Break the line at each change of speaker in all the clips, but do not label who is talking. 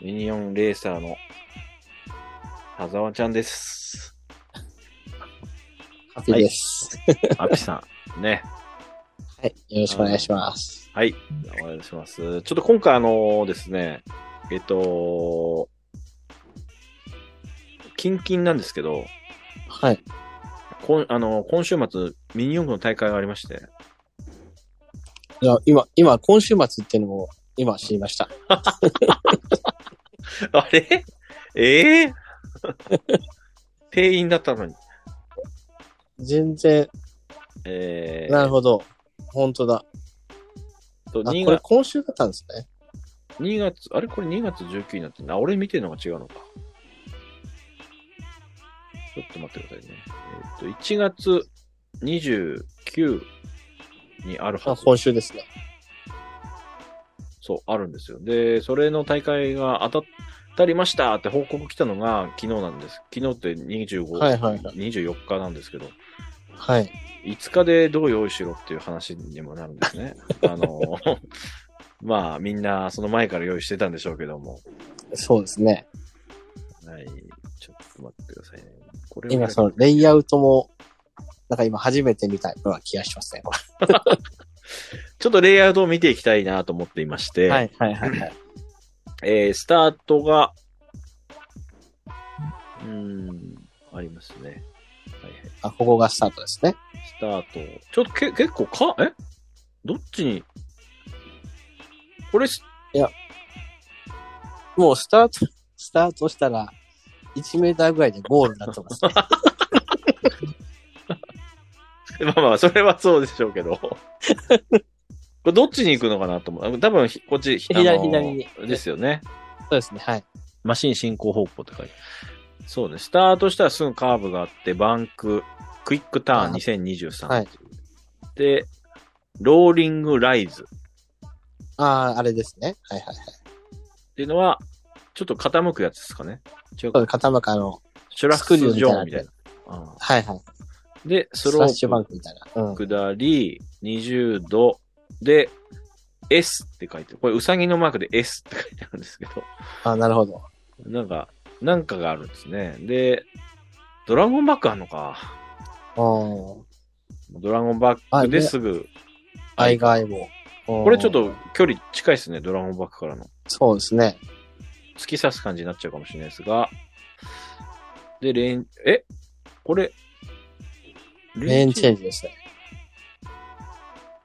ユニオンレーサーの田沢ちゃんです。
ハッピーです。
アピさん。ね。
はい。よろしくお願いします。
はい。お願いします。ちょっと今回あのですね、えっと、キンキンなんですけど、
はい。
今あの今週末、ミニ四駆の大会がありまして、
いや、今、今、今週末っていうのも、今知りました。
あれえ え定員だったのに。
全然、
え
なる
ー、
ほど。本当だ。
と
あ、こ
2
れ
月、
今週だったんですね。
2月、あれこれ2月19日になってんな。俺見てるのが違うのか。ちょっと待ってくださいね。えっと、1月29にあるは
あ、
ず。
今週ですね。
そう、あるんですよ。で、それの大会が当たったりましたって報告来たのが昨日なんです。昨日って25、
はいはいはい。
24日なんですけど、
はい。
5日でどう用意しろっていう話にもなるんですね。あの、 まあみんなその前から用意してたんでしょうけども。
そうですね。
はい。ちょっと待ってくださいね。これを
今、その、レイアウトも、なんか今初めて見たような気がしますね。こ
ちょっとレイアウトを見ていきたいなと思っていまして、
れはいはいはいはい。
えースタートが、うーん、ありますね。はいはい。
あ、ここがスタートですね。
スタート。ちょっとけ結構か、えどっちにこれす、
もうスタート、スタートしたら、1メーターぐらいでゴールになってますね。
まあまあ、それはそうでしょうけ ど。これどっちに行くのかなと思う。多分ひ、こっち、
左
あのー
左に
ですよね。
そうですね。はい。
マシン進行方向って書いてあるそうね。スタートしたらすぐカーブがあって、バンク、クイックターン2023。
はい。
で、ローリングライズっ
ああ、あれですね。はいはいはい。
ていうのは、ちょっと傾くやつですかね。違う
そう
か
です。傾くあの、
シュラックス・ジョーンみたいな。あ
はいはい。
ーで、ス
ス
ロ
ラッシュバ
ー
ンクみたいな。うん。
プ下り、20度で、S って書いてる。これ、ウサギのマークで S って書いてあるんですけど、
あ、なるほど。
なんか、なんかがあるんですね。で、ドラゴンバックあんのか。
うん。ド
ドラゴンバックですぐ
アイガーアイボー。こ
これちょっ。と距離近いですね、ドラゴンバックからの。
そうですね。
突き刺す感じになっちゃうかもしれないですが。で、レーン、えこれ、
レーンチェ
ンジ。
ンジですね。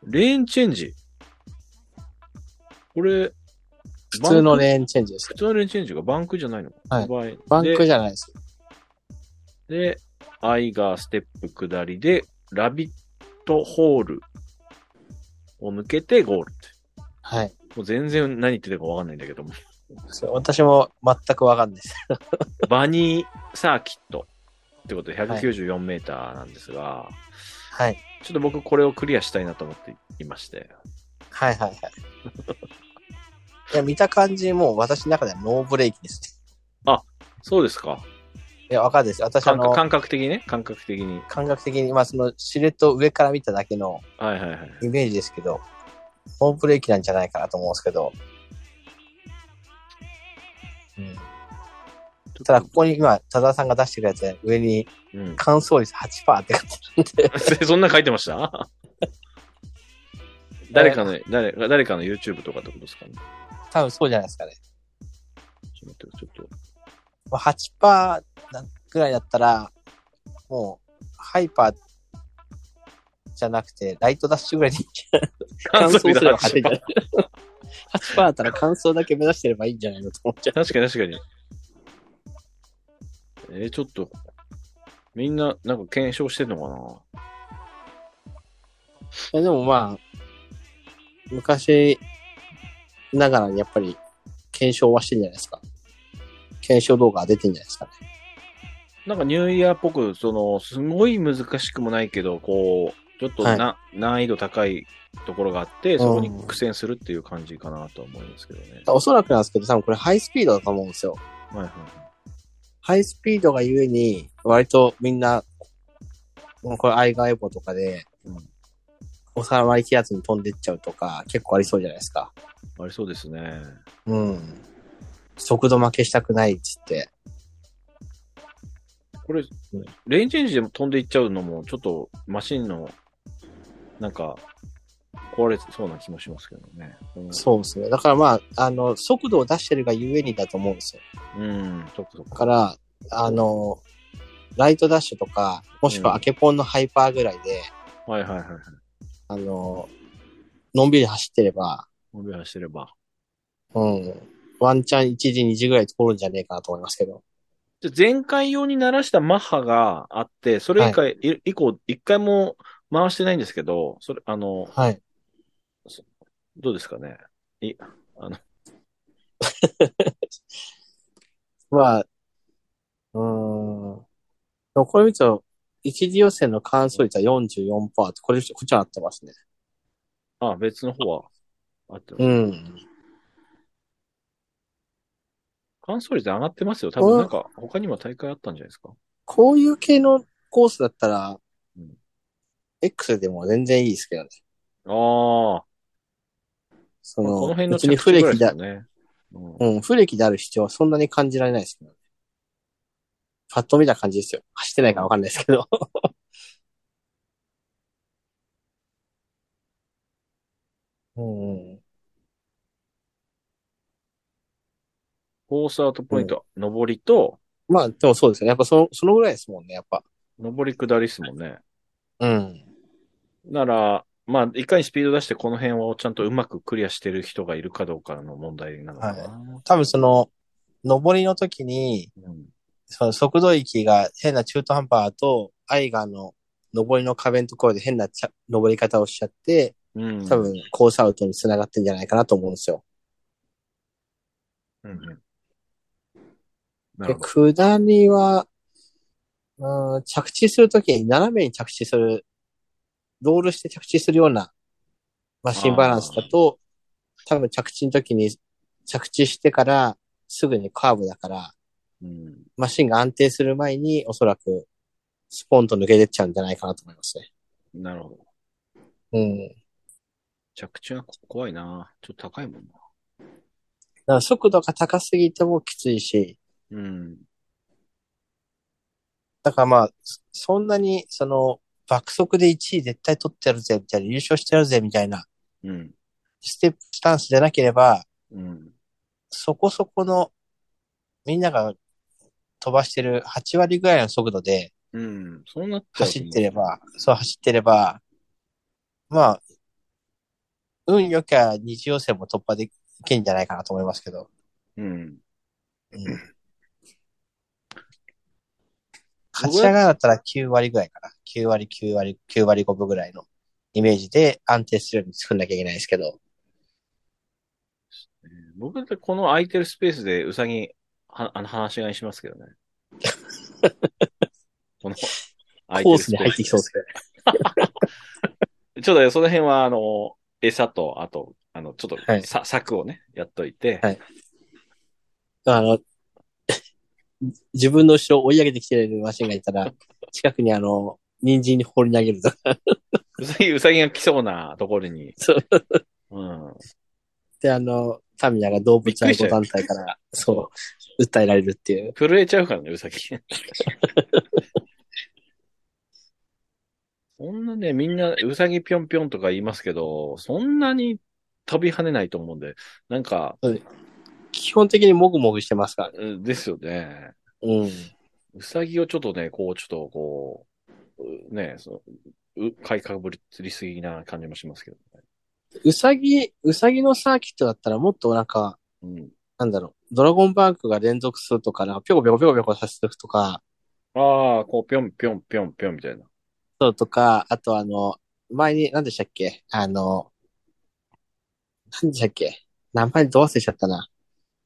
レーンチェンジ。これ、
普通の
ン
レーンチェンジです
普
ね。
通のレーンチェンジがバンクじゃないの
はい
い。
バンクじゃないです。
で、アイガーステップ下りで、ラビットホールを抜けてゴールって。
はい。
もう全然何言ってたかわかんないんだけども。
そう私も全くわかんないです。
バニーサーキットってことで194メーターなんですが、
はい。
ちょっと僕これをクリアしたいなと思っていまして。
はい はいはい。いや、見た感じ、もう私の中ではノーブレーキです
そうですか。
ね。いや、わかんないです。私あ
感覚
の、
感覚的にね。感覚的に。
感覚的に、まあその、シルエットを上から見ただけの
はいはいはい。
イメージですけど、ノーブレーキなんじゃないかなと思うんですけど。うん。ただ、ここに今、多田さんが出してくれたやつ、上に
うん。
乾燥率8%って書いて
そんな書いてました 誰かの、誰誰かの YouTube とかってことですかね。
ある。多分そうじゃないですかね。
ちょっと待って、ちょっと。
まあ、8%ぐらいだったら、もう、ハイパーじゃなくて、ライトダッシュぐらいで乾燥すれば勝てんじ ゃない ?8% だったら乾燥だけ目指してればいいんじゃないのと思っちゃう。
確かに確かに。えー、ちょっと、みんな、なんか検証してんのか
いやでもまあ、昔ながらにやっぱり検証はしてんじゃないですか。検証動画が出てんじゃないですかね。
ななんかニューイヤーっぽく、その、すごい難しくもないけど、こう、ちょっとな、難易度高いところがあって、そこに苦戦するっていう感じかなとは思いますけどね。
おそらくなんですけど、多分これハイスピードだと思うんですよ。
はいはい。
ハイスピードがゆえに、割とみんな、もうこれアイガーエボとかで、
うん
収まり気圧に飛んでっちゃうとか、結構ありそうじゃないですか。
ありそうですね。
うん。速度負けしたくないっつって。
これ、レンジエンジンでも飛んでいっちゃうのも、ちょっとマシンの、なんか、壊れそうな気もしますけどね。
そうですね。だからまあ、あの、速度を出してるがゆえにだと思うんですよ。
うん、そっかそっ
だ
か。
から、あの、ライトダッシュとか、もしくはアケポンのハイパーぐらいで、
はいはいはいはい。
あの、のんびり走ってれば、
モビラしてれば。
うん、ワンチャン1時2時ぐらい通るんじゃねえかなと思いますけど。
じゃあ前回用に鳴らしたマッハがあって、それ以下、い以降、一回も回してないんですけど、それ、あの、
はい。
どうですかね。い、あの、
まあ、うーん。でもこれ見ると、一次予選の完走率は44%って、これ、こっちは合ってますね。
あ、別の方は、あってます、
うん。
乾燥率上がってますよ。多分なんか、他にも大会あったんじゃないですか。
こういう系のコースだったら、
うん
X でも全然いいですけどね。
ああ、
そ
こ
の、
の辺の
別に不
着
歴
地ぐらい
だ、
ですよね。うん
うん、不歴である必要はそんなに感じられないですけどね。パッと見た感じですよ。走ってないからわかんないですけど。 うんうん。
コースアウトポイント、上りと、
まあ、でもそうですよね。やっぱその、そのぐらいですもんね、やっぱ。
上り下りですもんね。
うん。
なら、まあ、いかにスピード出してこの辺をちゃんとうまくクリアしてる人がいるかどうかの問題なのかな。
多分その、上りの時に、
うん、
その速度域が変な中途半端だと、アイガーの上りの壁のところで変なちゃ登り方をしちゃって、
うん。
多分コースアウトに繋がってんじゃないかなと思うんですよ。
うんうん。なる
で、
ほど。
下りは、うん、着地するときに斜めに着地する、ロールして着地するようなマシンバランスだと、多分着地のときに着地してからすぐにカーブだから、
うん、
マシンが安定する前におそらくスポンと抜けてっちゃうんじゃないかなと思いますね。
なるほど。
うん。だ
着地は怖いな。ちょっと高いもんな。
から速度が高すぎてもきついし、
うん。
だからまあ、そそんなにその爆速で1位絶対取ってやるぜみたいな、優勝してやるぜみたいな
うん。
ステップスタンスでなければ、
うん。
そこそこの、みんなが飛ばしてる8割ぐらいの速度で
うん。そうなっちゃうと
走ってれば、そう走ってれば、まあ、運良きゃ日常戦も突破できるんじゃないかなと思いますけど。
うん。
うん。勝ち上がだったら9割ぐらいかな。9割、9割、9割5分ぐらいのイメージで安定するように作んなきゃいけないですけど。
僕だってこの空いてるスペースでうさぎ、は、あの、話し合いしますけど ね。この、空いて
コー
る
スに入ってきそうですけどね。
ちょっとねその辺は、あの、餌と、あと、あの、ちょっと、
はい
さ、柵をね、やっといて、
はいあの、 自分の後ろを追い上げてきてるマシンがいたら、近くにあの、人参に放り投げるとか。
うさぎ、うさぎが来そうなところに、
そう。
うん。
で、あの、タミヤが動物愛護団体から、そう、訴えられるっていう。
震えちゃうからね、うさぎ。 そんなね、みんな、うさぎぴょんぴょんとか言いますけど、そんなに飛び跳ねないと思うんで、なんか、
基本的にもぐもぐしてますからね。
うんですよね。
うん。
うさぎをちょっとね、こう、ちょっとこう、うね、そう、う買いかぶりすぎな感じもしますけどね。
うさぎ、うさぎのサーキットだったらもっとなんか、
うん。
なんだろう、ドラゴンバンクが連続するとか、なんか、ぴょこぴょこぴょこぴょこさせていくとか、
ああ、こう、ぴょんぴょんぴょんぴょんみたいな。
そうとか、あとあの、前に、何でしたっけあの、何でしたっけ名前どう忘れちゃったな。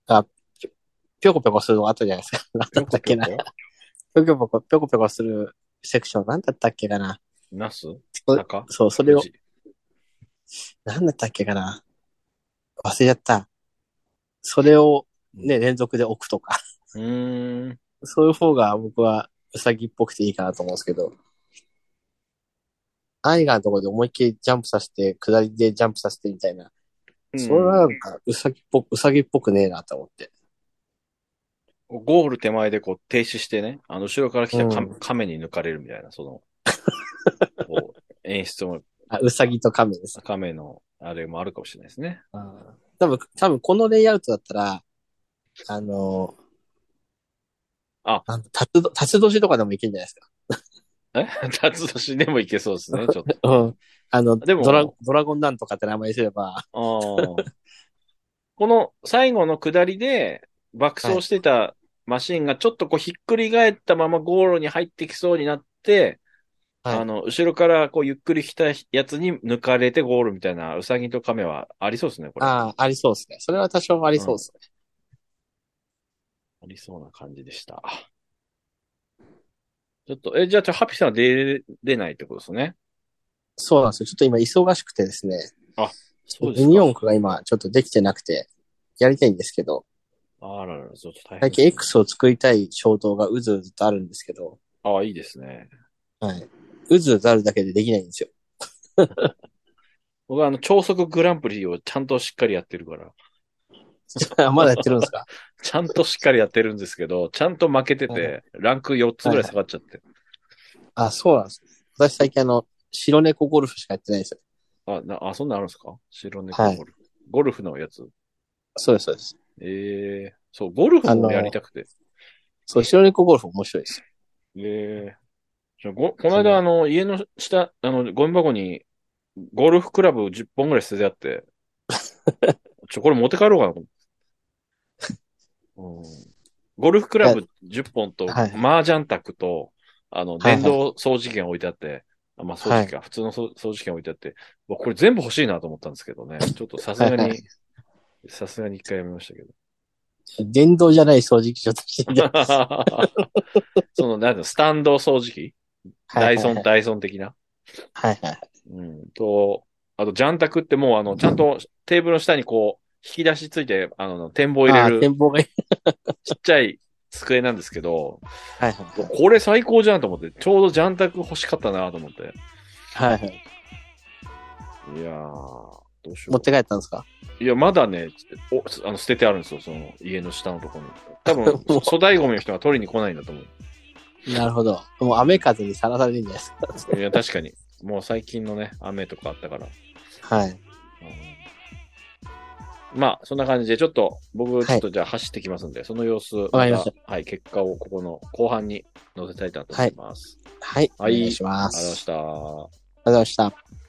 あ、ぴょぴょこぴょこするのがあったじゃないですか。何だったっけな。ぴ
ぴょんぴょん
ょこぴょこ、ぴょこぴょこするセクション、何だったっけかな。
ぴょんナス
そう
中
そう、それを、何だったっけかな。忘れちゃった。それを、ね、連続で置くとか。
うーん。
そういう方が僕はウサギっぽくていいかなと思うんですけど。アイガーのところで思いっきりジャンプさせて、下りでジャンプさせてみたいな。それはなんかウサギっぽく、ウサギっぽくねえなと思って。
ゴール手前でこう停止してね、あの後ろから来たカ,、亀に抜かれるみたいな、 その、こう演出も、
あ、うさぎと亀です。
亀のあれもあるかもしれないですね。
うん多分、多分このレイアウトだったら、あの
あ
あの、たつど、たつ年とかでもいけるんじゃないですか。
え辰年でもいけそうですね、ちょっ
うん。あの、
でも
ドラ、ドラゴンなんとかって名前にすれば、
と。あーこの最後の下りで爆走してたマシンがちょっとこうひっくり返ったままゴールに入ってきそうになって、
はい
あの、後ろからこうゆっくり来たやつに抜かれてゴールみたいな、ウサギとカメはありそうですね、これ。あ
ああ、ありそうですね。それは多少ありそうですね。
りそうな感じでした。ちょっと、え、じゃあ、ちょハピさんは出れないってことですね。
そうなんですよ。ちょっと今忙しくてですね。
あ、そうです
ユ
か
ニオンクが今ちょっとできてなくて、やりたいんですけど、
あららら、ちょっと大変
最
です
近
ね。
X を作りたい衝動がうずうずとあるんですけど、
ああ、いいですね。
はい。うずうずあるだけでできないんですよ。
僕はあの、超速グランプリをちゃんとしっかりやってるから、
まだやってるんですか
ちゃんとしっかりやってるんですけど、ちゃんと負けて
は
て、ランク4つぐらい下がっちゃって。
あ、そうなんです、ね。私最近あの、白猫ゴルフしかやってないんですよ。
あ、なあ、そんなんあるんですか白猫
はい
ゴルフ。ゴルフのやつ。
そうです、そうです。
ええそう、ゴルフもやりたくて。
そう、白猫ゴルフ面白いですよ。
ええじゃあごこの間、あの、家の下、あの、ゴミ箱に、ゴルフクラブ10本ぐらい捨ててあ って、ちょ、これ持って帰ろうかなと思って。うんゴルフクラブ10本と、
はい
麻雀卓と、あの、
はいは
電
い
動掃除券置いてあって、あまあ、掃除機か、普通の掃掃除券置いてあって、僕これ全部欲しいなと思ったんですけどね。ちょっとさすが
はいは
に
い、
さすがに一回やめましたけど。
電動じゃない掃除機ちょっとしてみたい
その、なんだ、スタンド掃除機ダイソン、。ダイソン的な。
はいはいはい。
うん。と、あと、ジャンタクってもう、あの、ちゃんとテーブルの下にこう、引き出しついて、あの、展望入
あ
れ
ー、
る
展望がいい。
ちっちゃい机なんですけど、
はいはいはい。
これ最高じゃんと思って、ちょうどジャンタク欲しかったなと思って。
はいはい。
いやー、どうしよ
持って帰ったんですか
う。いや、まだね、おあの捨ててあるんですよ、その、家の下のところに。多 分、粗大ゴミの人が取りに来ないんだと思う。
なるほど。もう雨風にさらされるんじゃないですか。
いや、確かに。もう最近のね、雨とかあったから。
はい。
うんまあ、そんな感じで、ちょっと、僕、
い
ちょっとじゃあ走ってきますんで、その様子、わ
かりました
はい、結果をここの後半に載せたいなと思います。
はい。
はい
お願いしま。
ありがとうございますした。
ありがとうございました。